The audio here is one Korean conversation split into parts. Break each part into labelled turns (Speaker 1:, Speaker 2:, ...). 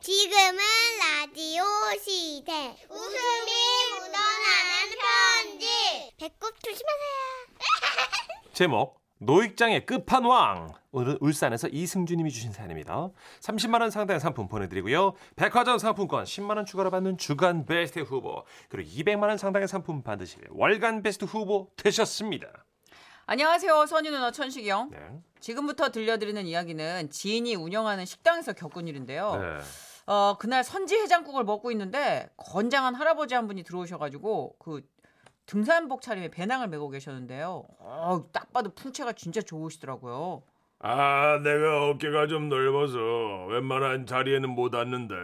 Speaker 1: 지금은 라디오 시대. 웃음이 묻어나는 편지. 배꼽 조심하세요.
Speaker 2: 제목 노익장의 끝판왕 오늘 울산에서 이승주님이 주신 사연입니다. 30만 원 상당의 상품 보내드리고요. 백화점 상품권 10만 원 추가로 받는 주간 베스트 후보 그리고 200만 원 상당의 상품 받으실 월간 베스트 후보 되셨습니다.
Speaker 3: 안녕하세요. 선희 누나 천식이 형.
Speaker 2: 네.
Speaker 3: 지금부터 들려드리는 이야기는 지인이 운영하는 식당에서 겪은 일인데요.
Speaker 2: 네.
Speaker 3: 어, 그날 선지 해장국을 먹고 있는데 건장한 할아버지 한 분이 들어오셔가지고 그 등산복 차림에 배낭을 메고 계셨는데요. 어, 딱 봐도 풍채가 진짜 좋으시더라고요.
Speaker 4: 아, 내가 어깨가 좀 넓어서 웬만한 자리에는 못 앉는데.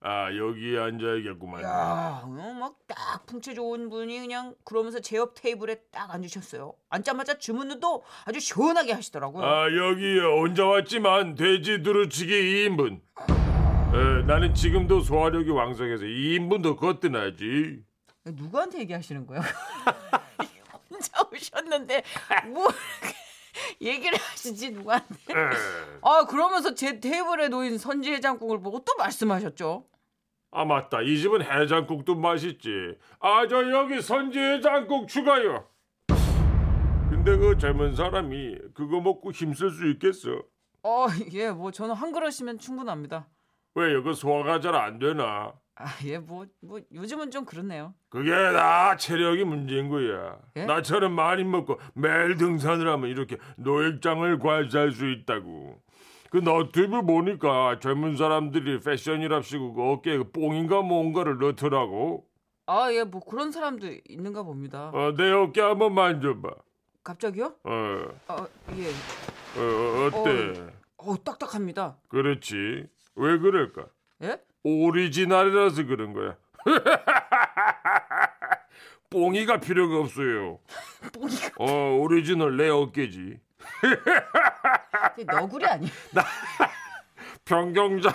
Speaker 4: 아, 여기 앉아야겠구만.
Speaker 3: 야, 막 딱 풍채 좋은 분이 그냥 그러면서 제옆 테이블에 딱 앉으셨어요. 앉자마자 주문도 아주 시원하게 하시더라고요.
Speaker 4: 아, 여기 혼자 왔지만 돼지 두루치기 2인분. 에, 나는 지금도 소화력이 왕성해서 2인분도 거뜬하지.
Speaker 3: 누구한테 얘기하시는 거예요? 혼자 오셨는데 뭐 얘기를 하시지 누구한테?
Speaker 4: 에.
Speaker 3: 아 그러면서 제 테이블에 놓인 선지 해장국을 보고 또 말씀하셨죠.
Speaker 4: 아, 맞다. 이 집은 해장국도 맛있지. 아, 저 여기 선지 해장국 추가요. 근데 그 젊은 사람이 그거 먹고 힘쓸 수 있겠어?
Speaker 3: 어예 뭐 저는 한 그릇이면 충분합니다.
Speaker 4: 왜 이거 소화가 잘 안 되나?
Speaker 3: 아 예 뭐 뭐 요즘은 좀 그렇네요.
Speaker 4: 그게 나 체력이 문제인 거야.
Speaker 3: 예?
Speaker 4: 나처럼 많이 먹고 매일 등산을 하면 이렇게 노획장을 관찰할 수 있다고. 그 너튜브 보니까 젊은 사람들이 패션이랍시고 그 어깨에 그 뽕인가 뭔가를 넣더라고.
Speaker 3: 아 예 뭐 그런 사람도 있는가 봅니다.
Speaker 4: 어, 내 어깨 한번 만져봐.
Speaker 3: 갑자기요?
Speaker 4: 어, 어,
Speaker 3: 아예
Speaker 4: 어, 어때?
Speaker 3: 어, 딱딱합니다.
Speaker 4: 그렇지. 왜 그럴까?
Speaker 3: 예?
Speaker 4: 오리지널이라서 그런 거야. 뽕이가 필요가 없어요.
Speaker 3: 뽕이가
Speaker 4: 어, 오리지널 내 어깨지.
Speaker 3: 그게 너구리 아니에요?
Speaker 4: 변경자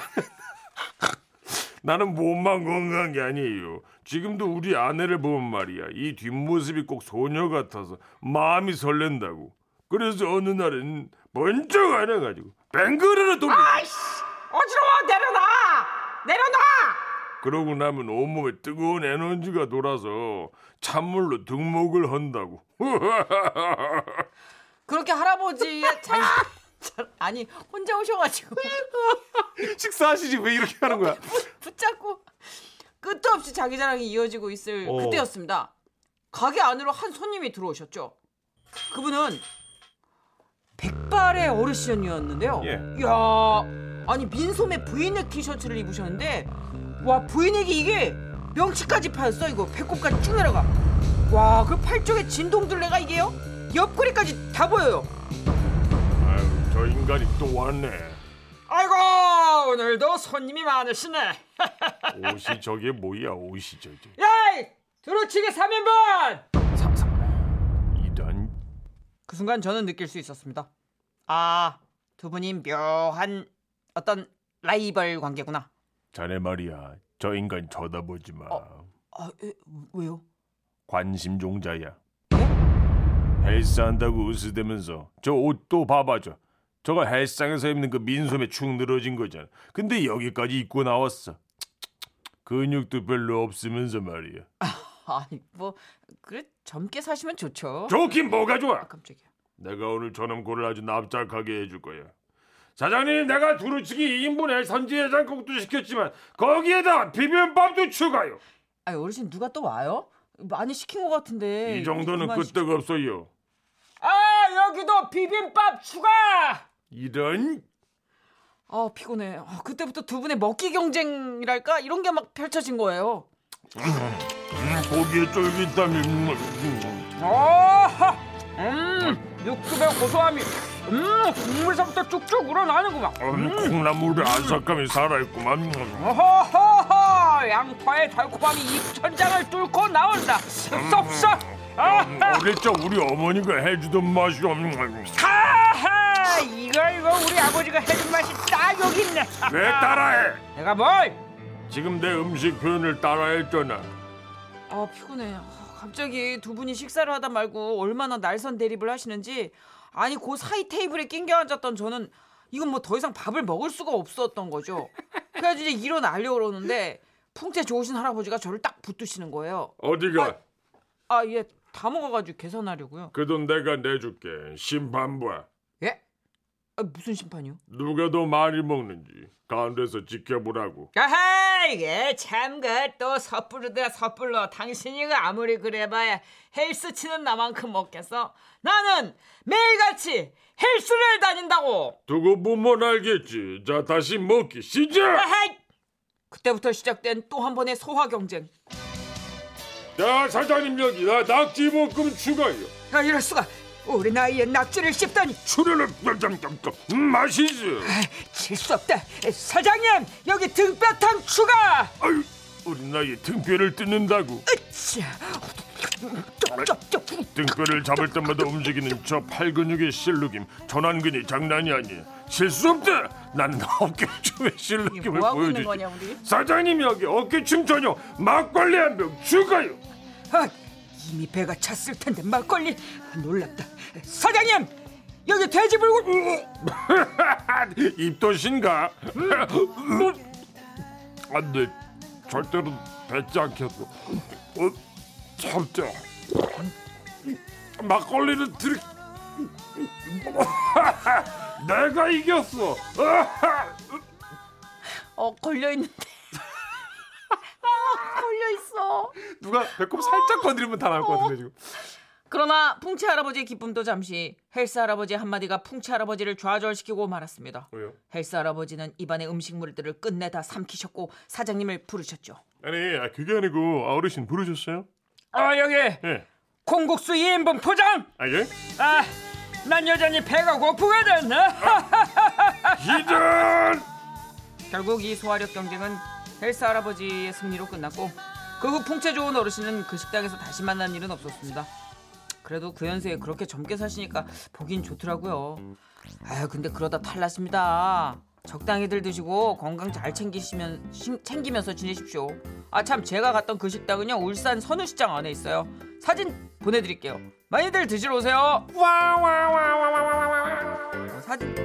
Speaker 4: 나는 몸만 건강한 게 아니에요. 지금도 우리 아내를 보면 말이야. 이 뒷모습이 꼭 소녀 같아서 마음이 설렌다고. 그래서 어느 날은 번쩍 안아가지고 뱅그르르 돕니다.
Speaker 3: 어지러워 내려놔 내려놔.
Speaker 4: 그러고 나면 온몸에 뜨거운 에너지가 돌아서 찬물로 등목을 한다고.
Speaker 3: 그렇게 할아버지의 잔 아니 혼자 오셔가지고
Speaker 2: 식사하시지 왜 이렇게 하는 거야?
Speaker 3: 붙잡고 끝도 없이 자기 자랑이 이어지고 있을
Speaker 2: 어.
Speaker 3: 그때였습니다. 가게 안으로 한 손님이 들어오셨죠. 그분은 백발의 어르신이었는데요.
Speaker 2: 예.
Speaker 3: 이야, 아니 민소매 브이넥 티셔츠를 입으셨는데 와 브이넥이 이게 명치까지 파였어 이거 배꼽까지 쭉 내려가. 와, 그 팔쪽에 진동둘레가 이게요? 옆구리까지 다 보여요.
Speaker 4: 아유, 저 인간이 또 왔네.
Speaker 3: 아이고 오늘도 손님이 많으시네.
Speaker 4: 옷이 저게 뭐야? 옷이 저게.
Speaker 3: 야이! 두루치기 3인분!
Speaker 4: 이런
Speaker 3: 그 순간 저는 느낄 수 있었습니다. 아, 두 분이 묘한 어떤 라이벌 관계구나.
Speaker 4: 자네 말이야. 저 인간 쳐다보지 마.
Speaker 3: 아, 왜요?
Speaker 4: 관심 종자야. 헬스한다고 으스대면서 저 옷도 봐봐줘. 저거 헬스장에서 입는 그 민소매 축 늘어진 거잖아. 근데 여기까지 입고 나왔어. 근육도 별로 없으면서 말이야.
Speaker 3: 아니, 뭐, 그래, 젊게 사시면 좋죠.
Speaker 4: 좋긴 뭐가
Speaker 3: 아,
Speaker 4: 좋아.
Speaker 3: 깜짝이야.
Speaker 4: 내가 오늘 저놈 고를 아주 납작하게 해줄 거야. 사장님, 내가 두루치기 2인분에 선지해장국도 시켰지만 거기에다 비빔밥도 추가요.
Speaker 3: 아니, 어르신 누가 또 와요? 많이 시킨 것 같은데.
Speaker 4: 이 정도는
Speaker 3: 네, 그만 시-
Speaker 4: 끄떡 없어요.
Speaker 3: 아, 여기도 비빔밥 추가!
Speaker 4: 이런
Speaker 3: 아, 피곤해. 아, 그때부터 두 분의 먹기 경쟁이랄까? 이런 게 막 펼쳐진 거예요.
Speaker 4: 고기의 음, 쫄깃함이 음, 음.
Speaker 3: 아, 음, 육즙의 고소함이, 음, 국물서부터 쭉쭉 우러나는구만.
Speaker 4: 음, 콩나물의 아삭함이 살아있구만. 음,
Speaker 3: 어허허허, 양파의 달콤함이 입천장을 뚫고 나온다. 섭섭. 아하,
Speaker 4: 어릴 적 우리 어머니가 해주던 맛이 없는
Speaker 3: 아하, 이거 이거 우리 아버지가 해준 맛이 딱 여기 있네.
Speaker 4: 왜 따라해?
Speaker 3: 내가 뭘?
Speaker 4: 지금 내 음식 표현을 따라했잖아.
Speaker 3: 아 피곤해. 아, 갑자기 두 분이 식사를 하다 말고 얼마나 날선 대립을 하시는지 아니 그 사이 테이블에 낑겨 앉았던 저는 이건 뭐 더 이상 밥을 먹을 수가 없었던 거죠. 그래서 이제 일어나려고 그러는데 풍채 좋으신 할아버지가 저를 딱 붙드시는 거예요.
Speaker 4: 어디가?
Speaker 3: 아, 예. 다 먹어가지고 계산하려고요.
Speaker 4: 그 돈 내가 내줄게. 심판부야.
Speaker 3: 예? 아, 무슨 심판이요?
Speaker 4: 누가 더 많이 먹는지 가운데서 지켜보라고.
Speaker 3: 아하 이게 참그또 섣부르다 섣불러 당신이가 아무리 그래봐야 헬스 치는 나만큼 먹겠어 나는 매일같이 헬스를 다닌다고
Speaker 4: 두고 보면 알겠지. 자 다시 먹기 시작.
Speaker 3: 아하 그때부터 시작된 또 한 번의 소화 경쟁
Speaker 4: 야 사장님 여기 나 낙지 볶음 추가요.
Speaker 3: 야 이럴 수가 우리 나이에 낙지를 씹다니
Speaker 4: 출연을 깜깜깜깜 음, 맛있어.
Speaker 3: 질 수 없다 사장님 여기 등뼈탕 추가
Speaker 4: 아유 우리 나이 등뼈를 뜯는다고.
Speaker 3: 으쌰 쩝쩝쩝
Speaker 4: 등뼈를 잡을 때마다 움직이는 저 팔근육의 실룩임 전완근이 장난이 아니야 실수 없다 나는 어깨춤의
Speaker 3: 이게
Speaker 4: 실룩임을
Speaker 3: 뭐하고 있는
Speaker 4: 보여주지
Speaker 3: 거냐 우리
Speaker 4: 사장님 여기 어깨춤 전용 막걸리 한 병 추가요
Speaker 3: 아, 이미 배가 찼을 텐데 막걸리 아, 놀랍다. 사장님 여기 돼지 불고
Speaker 4: 입도신가 안돼 절대로 뱉지 않겠어 어, 참자 막걸리를 들 내가 이겼어
Speaker 3: 어 걸려 있는데. 아 걸려 있어.
Speaker 2: 누가 배꼽 살짝 건드리면 다 나올 것 같은데 지금.
Speaker 3: 그러나 풍채 할아버지의 기쁨도 잠시 헬스 할아버지 한 마디가 풍채 할아버지를 좌절시키고 말았습니다.
Speaker 2: 왜요?
Speaker 3: 헬스 할아버지는 입안의 음식물들을 끝내 다 삼키셨고 사장님을 부르셨죠.
Speaker 2: 아니 아, 그게 아니고 아, 어르신 부르셨어요?
Speaker 3: 아 여기
Speaker 2: 예.
Speaker 3: 콩국수 2인분 포장.
Speaker 2: 아 예?
Speaker 3: 아 난 여전히 배가 고프거든. 어?
Speaker 4: 이전
Speaker 3: 결국 이 소화력 경쟁은 헬스 할아버지의 승리로 끝났고 그 후 풍채 좋은 어르신은 그 식당에서 다시 만난 일은 없었습니다. 그래도 그 연세에 그렇게 젊게 사시니까 보긴 좋더라고요. 아유 근데 그러다 탈났습니다. 적당히들 드시고 건강 잘 챙기시면 신- 챙기면서 지내십시오. 아 참 제가 갔던 그 식당은요 울산 선우시장 안에 있어요. 사진 보내드릴게요. 많이들 드시러 오세요. 어, 사진.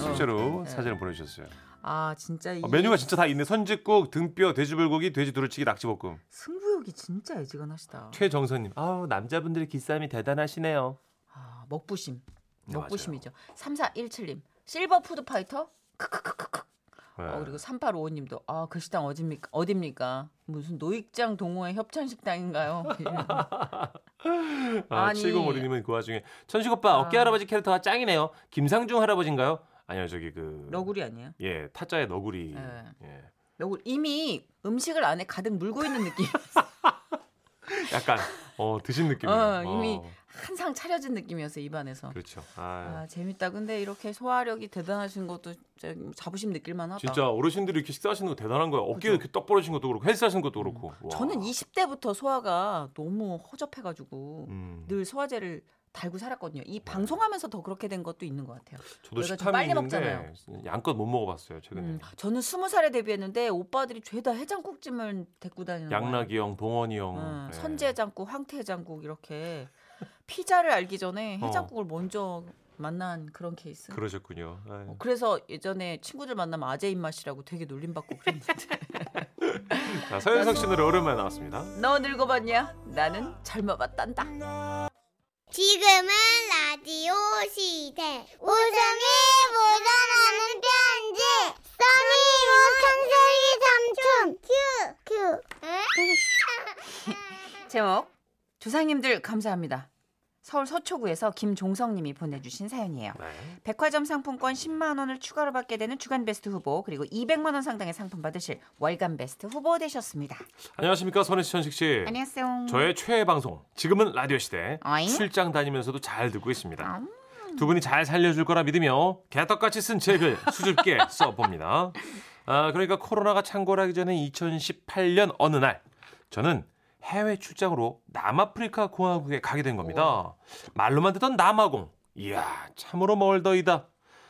Speaker 2: 실제로 사진을 보내주셨어요.
Speaker 3: 아 진짜 이
Speaker 2: 아, 메뉴가 진짜 다 있네. 선지국, 등뼈, 돼지불고기, 돼지 두루치기, 낙지볶음.
Speaker 3: 승부욕이 진짜 애지간하시다.
Speaker 2: 최정선님. 아우 남자분들의 기싸움이 대단하시네요.
Speaker 3: 아, 먹부심.
Speaker 2: 네,
Speaker 3: 먹부심이죠. 3417님. 실버 푸드 파이터? 크크크크크.
Speaker 2: 맞아요.
Speaker 3: 어,
Speaker 2: 네.
Speaker 3: 그리고 3855님도 아, 그 식당 어딥니까? 어딥니까? 무슨 노익장 동호회 협찬 식당인가요? 예.
Speaker 2: 아,
Speaker 3: 아니.
Speaker 2: 7056님은 그 와중에 천식 오빠 어깨 할아버지 캐릭터가 짱이네요. 김상중 할아버지인가요? 아니요 저기 그
Speaker 3: 너구리 아니에요?
Speaker 2: 예 타짜의 너구리.
Speaker 3: 네.
Speaker 2: 예.
Speaker 3: 너구리 이미 음식을 안에 가득 물고 있는 느낌.
Speaker 2: 약간 어 드신 느낌.
Speaker 3: 어, 이미 한 상 차려진 느낌이었어요, 입안에서.
Speaker 2: 그렇죠. 아,
Speaker 3: 아, 재밌다. 근데 이렇게 소화력이 대단하신 것도 진짜 자부심 느낄 만하다.
Speaker 2: 진짜 어르신들이 이렇게 식사하시는 거 대단한 거야. 어깨 이렇게 떡 벌어진 것도 그렇고 헬스하시는 것도 그렇고. 와.
Speaker 3: 음. 저는 20대부터 소화가 너무 허접해 가지고
Speaker 2: 음.
Speaker 3: 늘 소화제를 달고 살았거든요.
Speaker 2: 네.
Speaker 3: 이 방송하면서 더 그렇게 된 것도 있는 것 같아요.
Speaker 2: 저도
Speaker 3: 우리가 좀
Speaker 2: 식탐이
Speaker 3: 빨리
Speaker 2: 있는데
Speaker 3: 먹잖아요.
Speaker 2: 양껏 못 먹어봤어요 최근에.
Speaker 3: 음, 저는 스무 살에 데뷔했는데 오빠들이 죄다 해장국집을 데리고 다니는
Speaker 2: 양락이 형, 동원이
Speaker 3: 거예요.
Speaker 2: 형,
Speaker 3: 음,
Speaker 2: 예.
Speaker 3: 선지해장국, 황태해장국 이렇게 피자를 알기 전에
Speaker 2: 어.
Speaker 3: 해장국을 먼저 만난 그런 케이스.
Speaker 2: 그러셨군요. 네. 아유.
Speaker 3: 어, 그래서 예전에 친구들 만나면 아재 입맛이라고 되게 놀림받고 그랬는데
Speaker 2: 자, 서현석 씨 노래 오랜만에 나왔습니다.
Speaker 3: 너 늙어봤냐? 나는 젊어봤단다.
Speaker 1: 지금은 라디오 시대. 웃음이 묻어나는 편지. 써니 우천세기 삼촌. 큐. 큐.
Speaker 3: 제목 조상님들 감사합니다. 서울 서초구에서 김종성님이 보내주신 사연이에요.
Speaker 2: 네.
Speaker 3: 백화점 상품권 10만 원을 추가로 받게 되는 주간 베스트 후보 그리고 200만 원 상당의 상품 받으실 월간 베스트 후보 되셨습니다.
Speaker 2: 안녕하십니까 선혜 씨, 천식 씨.
Speaker 3: 안녕하세요.
Speaker 2: 네. 저의 최애 방송 지금은 라디오 시대
Speaker 3: 어잉? 음.
Speaker 2: 출장 다니면서도 잘 듣고 있습니다. 두 분이 잘 살려줄 거라 믿으며 개떡같이 쓴 책을 수줍게 써봅니다. 아 그러니까 코로나가 창궐하기 전에 2018년 어느 날 저는 해외 출장으로 남아프리카 공화국에 가게 된 겁니다. 말로만 듣던 남아공 이야 참으로 멀더이다.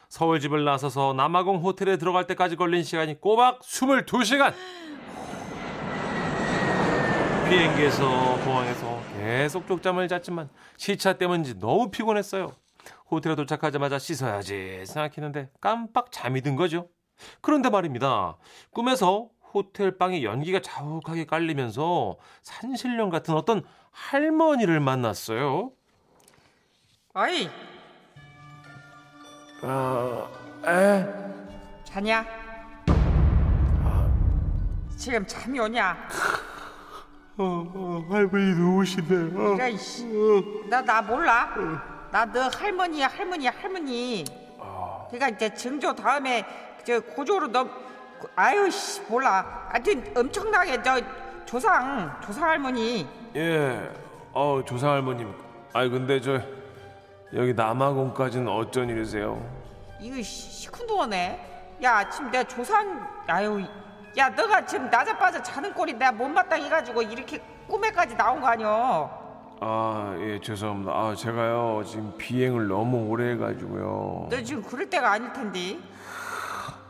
Speaker 2: 서울 집을 나서서 남아공 호텔에 들어갈 때까지 걸린 시간이 꼬박 22시간. 비행기에서 공항에서 계속 쪽잠을 잤지만 시차 때문인지 너무 피곤했어요. 호텔에 도착하자마자 씻어야지 생각했는데 깜빡 잠이 든 거죠. 그런데 말입니다. 꿈에서 호텔 방에 연기가 자욱하게 깔리면서 산신령 같은 어떤 할머니를 만났어요.
Speaker 3: 아이
Speaker 2: 아,
Speaker 4: 에?
Speaker 3: 자냐?
Speaker 2: 아.
Speaker 3: 지금 잠이 오냐?
Speaker 4: 어, 할머니 누우시네. 어.
Speaker 3: 야 이씨 나 나 몰라 나 너 할머니야 할머니야 할머니 그러니까 이제 증조 다음에 저 고조로 너 아유 씨 몰라 하여튼 엄청나게 저 조상 조상 할머니
Speaker 4: 예. 어 조상 할머님. 아이 근데 저 여기 남아공까지는 어쩐 일이세요?
Speaker 3: 이거 시- 시큰둥하네 야 지금 내가 조상 아유 야 너가 지금 낮아빠져 자는 꼴이 내가 못마땅해 가지고 이렇게 꿈에까지 나온 거 아니여
Speaker 4: 아, 예, 죄송합니다. 아, 제가요, 지금 비행을 너무 오래 해가지고요.
Speaker 3: 너 지금 그럴 때가 아닐 텐데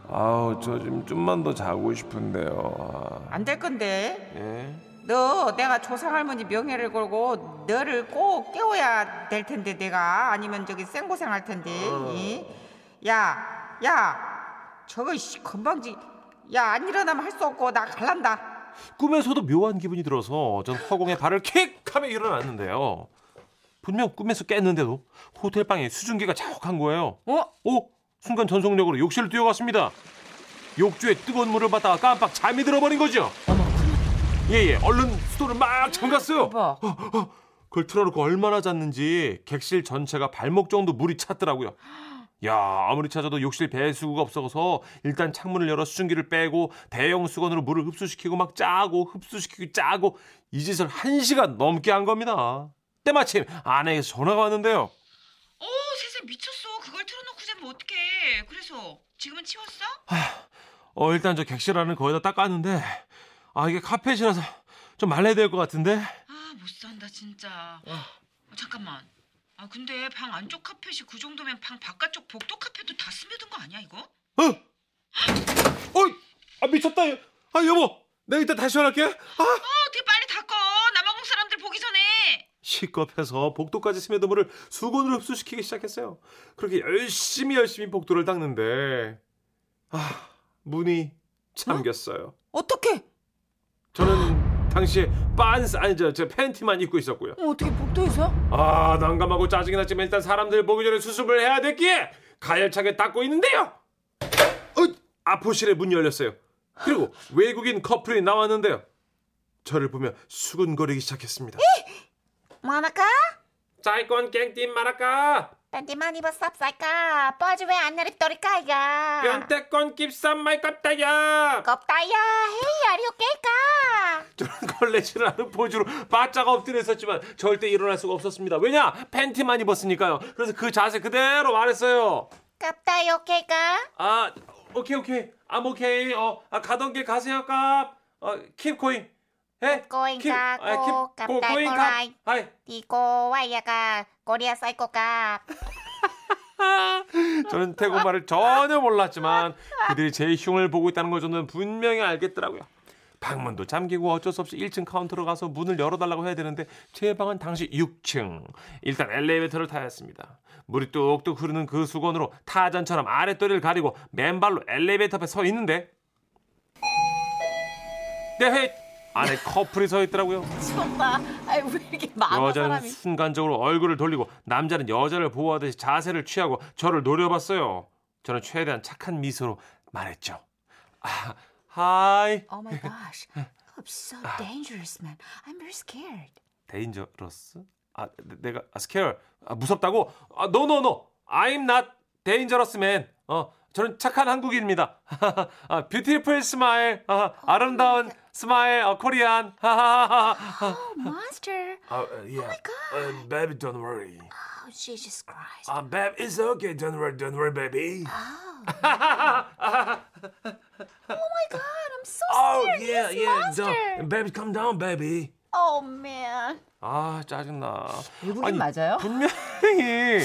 Speaker 4: 아우, 저 지금 좀만 더 자고 싶은데요. 아,
Speaker 3: 안 될 건데
Speaker 4: 예?
Speaker 3: 너 내가 조상 할머니 명예를 걸고 너를 꼭 깨워야 될 텐데 내가 아니면 저기 생고생 할 텐데 야야 저거 씨, 건방지 야 안 일어나면 할 수 없고 나 갈란다
Speaker 2: 꿈에서도 묘한 기분이 들어서 전 허공에 발을 킥 하며 일어났는데요. 분명 꿈에서 깼는데도 호텔 방에 수증기가 자욱한 거예요.
Speaker 3: 어?
Speaker 2: 오! 순간 전속력으로 욕실을 뛰어갔습니다. 욕조에 뜨거운 물을 받다가 깜빡 잠이 들어버린 거죠. 예예, 얼른 수도를 막 잠갔어요.
Speaker 3: 오빠
Speaker 2: 그걸 틀어놓고 얼마나 잤는지 객실 전체가 발목 정도 물이 찼더라고요. 야 아무리 찾아도 욕실 배수구가 없어서 일단 창문을 열어 수증기를 빼고 대형 수건으로 물을 흡수시키고 막 짜고 흡수시키고 짜고 이 짓을 한 시간 넘게 한 겁니다. 때마침 아내에게서 전화가 왔는데요.
Speaker 5: 어 세상 미쳤어 그걸 틀어놓고 자면 어떡해 그래서 지금은 치웠어?
Speaker 2: 어 일단 저 객실 안을 거의 다 닦았는데 아 이게 카펫이라서 좀 말려야 될 것 같은데
Speaker 5: 아 못 산다 진짜 어, 잠깐만 아 근데 방 안쪽 카펫이 그 정도면 방 바깥쪽 복도 카펫도 다 스며든 거 아니야 이거?
Speaker 2: 어? 어? 아 미쳤다 아 여보 내가 이따 다시 전화할게 아
Speaker 5: 어떻게 빨리 닦어 남아공 사람들 보기 전에
Speaker 2: 시겁해서 복도까지 스며든 물을 수건으로 흡수시키기 시작했어요 그렇게 열심히 열심히 복도를 닦는데 아 문이 잠겼어요
Speaker 3: 어떻게
Speaker 2: 저는 당시에 빤스 아니 저, 저 팬티만 입고 있었고요
Speaker 3: 어, 어떻게 복도에서
Speaker 2: 아 난감하고 짜증이 났지만 일단 사람들 보기 전에 수습을 해야 됐기에 가열차게 닦고 있는데요 으! 아포실의 문이 열렸어요 그리고 외국인 커플이 나왔는데요 저를 보며 수근거리기 시작했습니다
Speaker 1: 뭐하나까?
Speaker 2: 짜이건 깽띠 마라까
Speaker 1: 딴데 많이 봤어 쌉쌀까? 뻐지 왜안 내리 떠리까 이가?
Speaker 2: 변태건 깁산 마이 깝다야
Speaker 1: 겁다야 헤이 아리오 깨까?
Speaker 2: 저는 걸레질을 하는 포즈로 바짝 엎드려 있었지만 절대 일어날 수가 없었습니다 왜냐 팬티만 입었으니까요 그래서 그 자세 그대로 말했어요
Speaker 1: 겁다요 깨까?
Speaker 2: 아 오케이 오케이 암 오케이 어 아, 가던 길 가세요 깝어킵 고잉 해
Speaker 1: 고잉
Speaker 2: 킵,
Speaker 1: 가,
Speaker 2: 아,
Speaker 1: 고,
Speaker 2: 킵,
Speaker 1: 깝,
Speaker 2: 고,
Speaker 1: 달,
Speaker 2: 고잉 가
Speaker 1: 고라이.
Speaker 2: 아이
Speaker 1: 니고 와이야가 꼬리야 사이코까?
Speaker 2: 저는 태국말을 전혀 몰랐지만 그들이 제 흉을 보고 있다는 걸 저는 분명히 알겠더라고요 방문도 잠기고 어쩔 수 없이 1층 카운터로 가서 문을 열어달라고 해야 되는데 제 방은 당시 6층 일단 엘리베이터를 타야 했습니다 물이 뚝뚝 흐르는 그 수건으로 타잔처럼 아랫도리를 가리고 맨발로 엘리베이터 앞에 서 있는데 네, 안에 커플이 서 있더라고요.
Speaker 5: 오빠 아왜 이렇게 많아
Speaker 2: 여자는 순간적으로 얼굴을 돌리고 남자는 여자를 보호하듯이 자세를 취하고 저를 노려봤어요. 저는 최대한 착한 미소로 말했죠. 아, 하이.
Speaker 5: Oh my gosh I'm so
Speaker 2: 아.
Speaker 5: dangerous man I'm very scared
Speaker 2: 데인저러스? 아, 내- 내가 아, 스케어. 아, 무섭다고? 아, 노, 노, 노. I'm not dangerous man. 어, 저는 착한 한국인입니다. 아, beautiful smile. 아, 아름다운 스마일. 어, 코리안. 아, 하하하하.
Speaker 5: Oh monster
Speaker 4: 아, 예. 어, baby, don't worry.
Speaker 5: Oh Jesus Christ
Speaker 4: 아, babe, it's okay. Don't worry, don't worry, baby.
Speaker 5: 아. Oh I'm so
Speaker 4: Oh, yeah, yeah. Don't, baby, calm down, baby.
Speaker 5: Oh man
Speaker 2: 아 짜증나.
Speaker 3: 얼굴은 맞아요?
Speaker 2: 분명히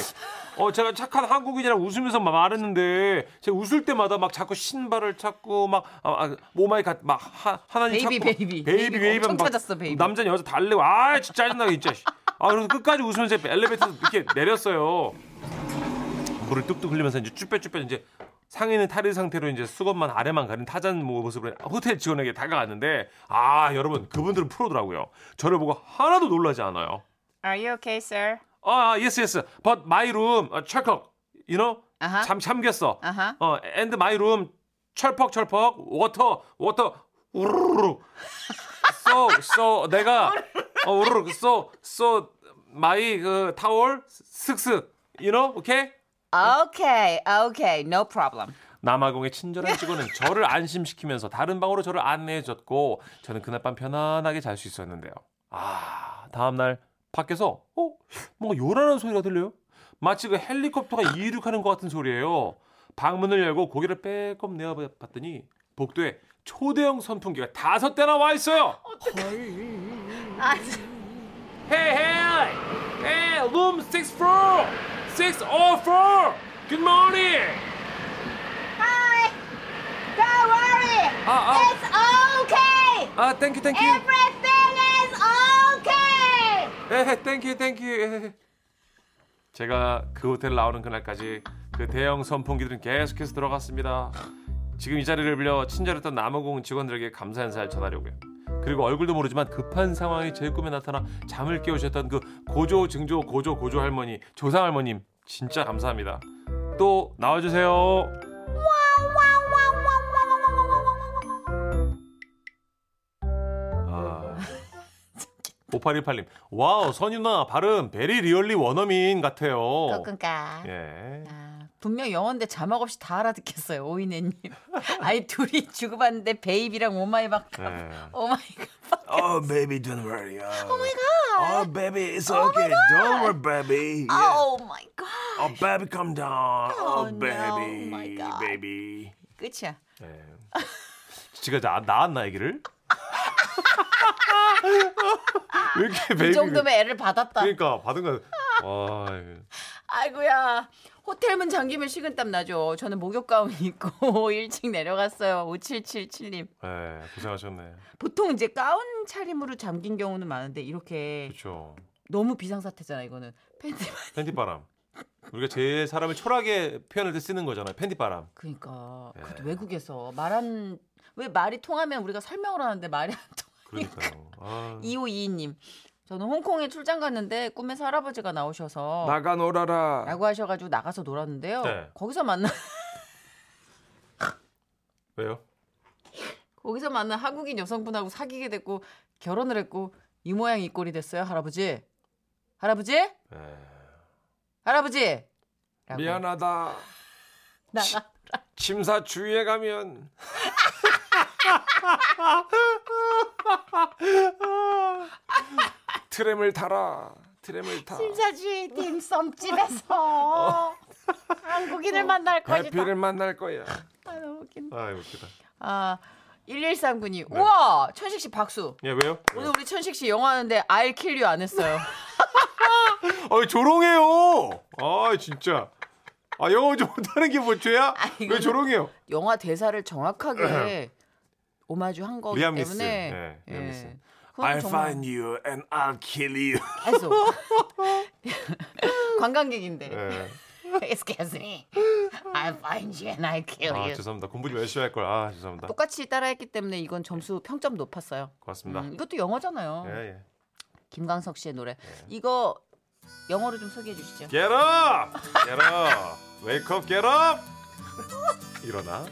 Speaker 2: 어 제가 착한 한국인이라 웃으면서 막 말했는데 제가 웃을 때마다 막 자꾸 신발을 찾고 막 아, 아, 오마이 갓막 하- 하나님 찾고
Speaker 3: 베이비,
Speaker 2: 막 베이비
Speaker 3: 베이비. 베이비
Speaker 2: 베이비
Speaker 3: 엄청
Speaker 2: 막
Speaker 3: 찾았어, 베이비.
Speaker 2: 남자 여자 달래고 아 진짜 짜증나 진짜. 아 그래서 끝까지 웃으면서 엘리베이터 이렇게 내렸어요. 물을 뚝뚝 흘리면서 이제 쭈뼛쭈뼛 이제 상의는 탈의 상태로 이제 수건만 아래만 가린 타잔 모습으로 호텔 직원에게 다가갔는데 아 여러분 그분들은 프로더라고요. 저를 보고 하나도 놀라지 않아요.
Speaker 6: Are you okay, sir?
Speaker 2: 아 yes yes, but my room uh, 철컥, you know
Speaker 6: 아하.
Speaker 5: Uh-huh.
Speaker 2: 잠 잠겼어.
Speaker 6: 아하.
Speaker 2: 어 and my room 철퍽 철퍽 워터 워터 우르르. so so 내가 어, 우르르 so so my 그 타월 슥슥, you know, okay?
Speaker 6: Okay, okay, no problem.
Speaker 2: 남아공의 친절한 직원은 저를 안심시키면서 다른 방으로 저를 안내해줬고 저는 그날 밤 편안하게 잘 수 있었는데요. 아 다음 날 밖에서 어 뭔가 요란한 소리가 들려요. 마치 그 헬리콥터가 이륙하는 것 같은 소리예요. 방문을 열고 고개를 빼꼼 내어봤더니 복도에 초대형 선풍기가 다섯 대나 와 있어요.
Speaker 1: 아,
Speaker 2: Hey, hey, hey, room 64, 604. Good morning.
Speaker 1: hi. Don't worry.
Speaker 2: 아,
Speaker 1: It's okay.
Speaker 2: 아, 아, thank you, thank you.
Speaker 1: Everything is okay.
Speaker 2: 에, 땡큐 땡큐. 예. 제가 그 호텔 나오는 그날까지 그 대형 선풍기들은 계속해서 들어갔습니다. 지금 이 자리를 빌려 친절했던 남아공 직원들에게 감사 인사를 전하려고요. 그리고 얼굴도 모르지만 급한 상황이 제 꿈에 나타나 잠을 깨우셨던 그 고조 증조 고조 고조 할머니 조상 할머님 진짜 감사합니다. 또 나와주세요. 아. 5818님, 와우, 선윤아, 발음, 베리 리얼리 원어민 같아요.
Speaker 1: 그러니까.
Speaker 2: 예.
Speaker 3: 분명 영어인데 자막 없이 다 알아듣겠어요 오이네님. 아니 둘이 주고받는데 베이비랑 오마이박
Speaker 2: 예.
Speaker 3: 오마이갓.
Speaker 4: Oh, baby, don't worry. Oh, my god. Oh, baby, it's okay. don't worry, baby. Yeah.
Speaker 3: 오 마이 갓.
Speaker 4: Oh, baby, calm down. Oh,
Speaker 3: Oh, no.
Speaker 4: baby,
Speaker 3: My God.
Speaker 4: baby.
Speaker 3: 끝이야.
Speaker 2: 예. 지가 나, 나왔나, 얘기를? 왜 이렇게 베이비.
Speaker 3: 이그 정도면 애를 받았다.
Speaker 2: 그러니까, 받은 거. 와, 이거.
Speaker 3: 아이고야. 호텔 문 잠기면 식은땀 나죠. 저는 목욕 가운 입고 일찍 내려갔어요. 5777님.
Speaker 2: 예, 고생하셨네.
Speaker 3: 보통 이제 가운 차림으로 잠긴 경우는 많은데 이렇게
Speaker 2: 그쵸.
Speaker 3: 너무 비상사태잖아 이거는. 팬티만.
Speaker 2: 팬티바람. 우리가 제일 사람을 초라하게 표현할 때 쓰는 거잖아요. 팬티바람.
Speaker 3: 그러니까 그것도
Speaker 2: 예.
Speaker 3: 외국에서 말한 왜 말이 통하면 우리가 설명을 하는데 말이 안 통.
Speaker 2: 그러니까요. 아.
Speaker 4: 음.
Speaker 3: 2522님. 저는 홍콩에 출장 갔는데 꿈에서 할아버지가 나오셔서
Speaker 4: 나가 놀아라.
Speaker 3: 라고 하셔가지고 나가서 놀았는데요.
Speaker 2: 네.
Speaker 3: 거기서 만나
Speaker 2: 왜요?
Speaker 3: 거기서 만난 한국인 여성분하고 사귀게 됐고 결혼을 했고 이 모양 이 꼴이 됐어요 할아버지. 할아버지?
Speaker 2: 예.
Speaker 3: 할아버지. 라고
Speaker 4: 미안하다.
Speaker 3: 나가.
Speaker 4: 심사추위에 가면 트램을 타라. 트램을 타.
Speaker 1: 심사지 딤섬집에서
Speaker 3: 어.
Speaker 1: 한국인을 만날 것이다.
Speaker 4: 해피를 만날 거야.
Speaker 3: 아 너무 웃긴다.
Speaker 2: 아, 웃기다.
Speaker 3: 아 1139님.
Speaker 2: 네.
Speaker 3: 우와 천식 씨 박수.
Speaker 2: 예, 왜요?
Speaker 3: 오늘 우리 천식 씨 영화 하는데 I'll kill you 안 했어요.
Speaker 2: 아, 조롱해요. 아, 진짜. 아, 영어 좀 못하는 게 뭐 죄야? 왜
Speaker 3: 이거는-
Speaker 2: 조롱해요?
Speaker 3: 영화 대사를 정확하게 오마주 한 거기
Speaker 2: 리암 니슨.
Speaker 3: 때문에
Speaker 2: 예, 리암 니슨.
Speaker 3: 그건
Speaker 4: I'll
Speaker 3: 정말
Speaker 4: find you and I'll kill you.
Speaker 3: 계속 관광객인데
Speaker 2: 예.
Speaker 3: Excuse me I'll find you and I'll kill
Speaker 2: 아,
Speaker 3: you
Speaker 2: 죄송합니다. 공부 좀 열심히 할 걸. 아, 죄송합니다.
Speaker 3: 똑같이 따라했기 때문에 이건 점수 평점 높았어요
Speaker 2: 고맙습니다.
Speaker 3: 음, 이것도 영어잖아요
Speaker 2: 예, 예.
Speaker 3: 김광석 씨의 노래 이거 영어로 좀 소개해 주시죠
Speaker 2: Get up! Get up! Wake up, get up! 일어나.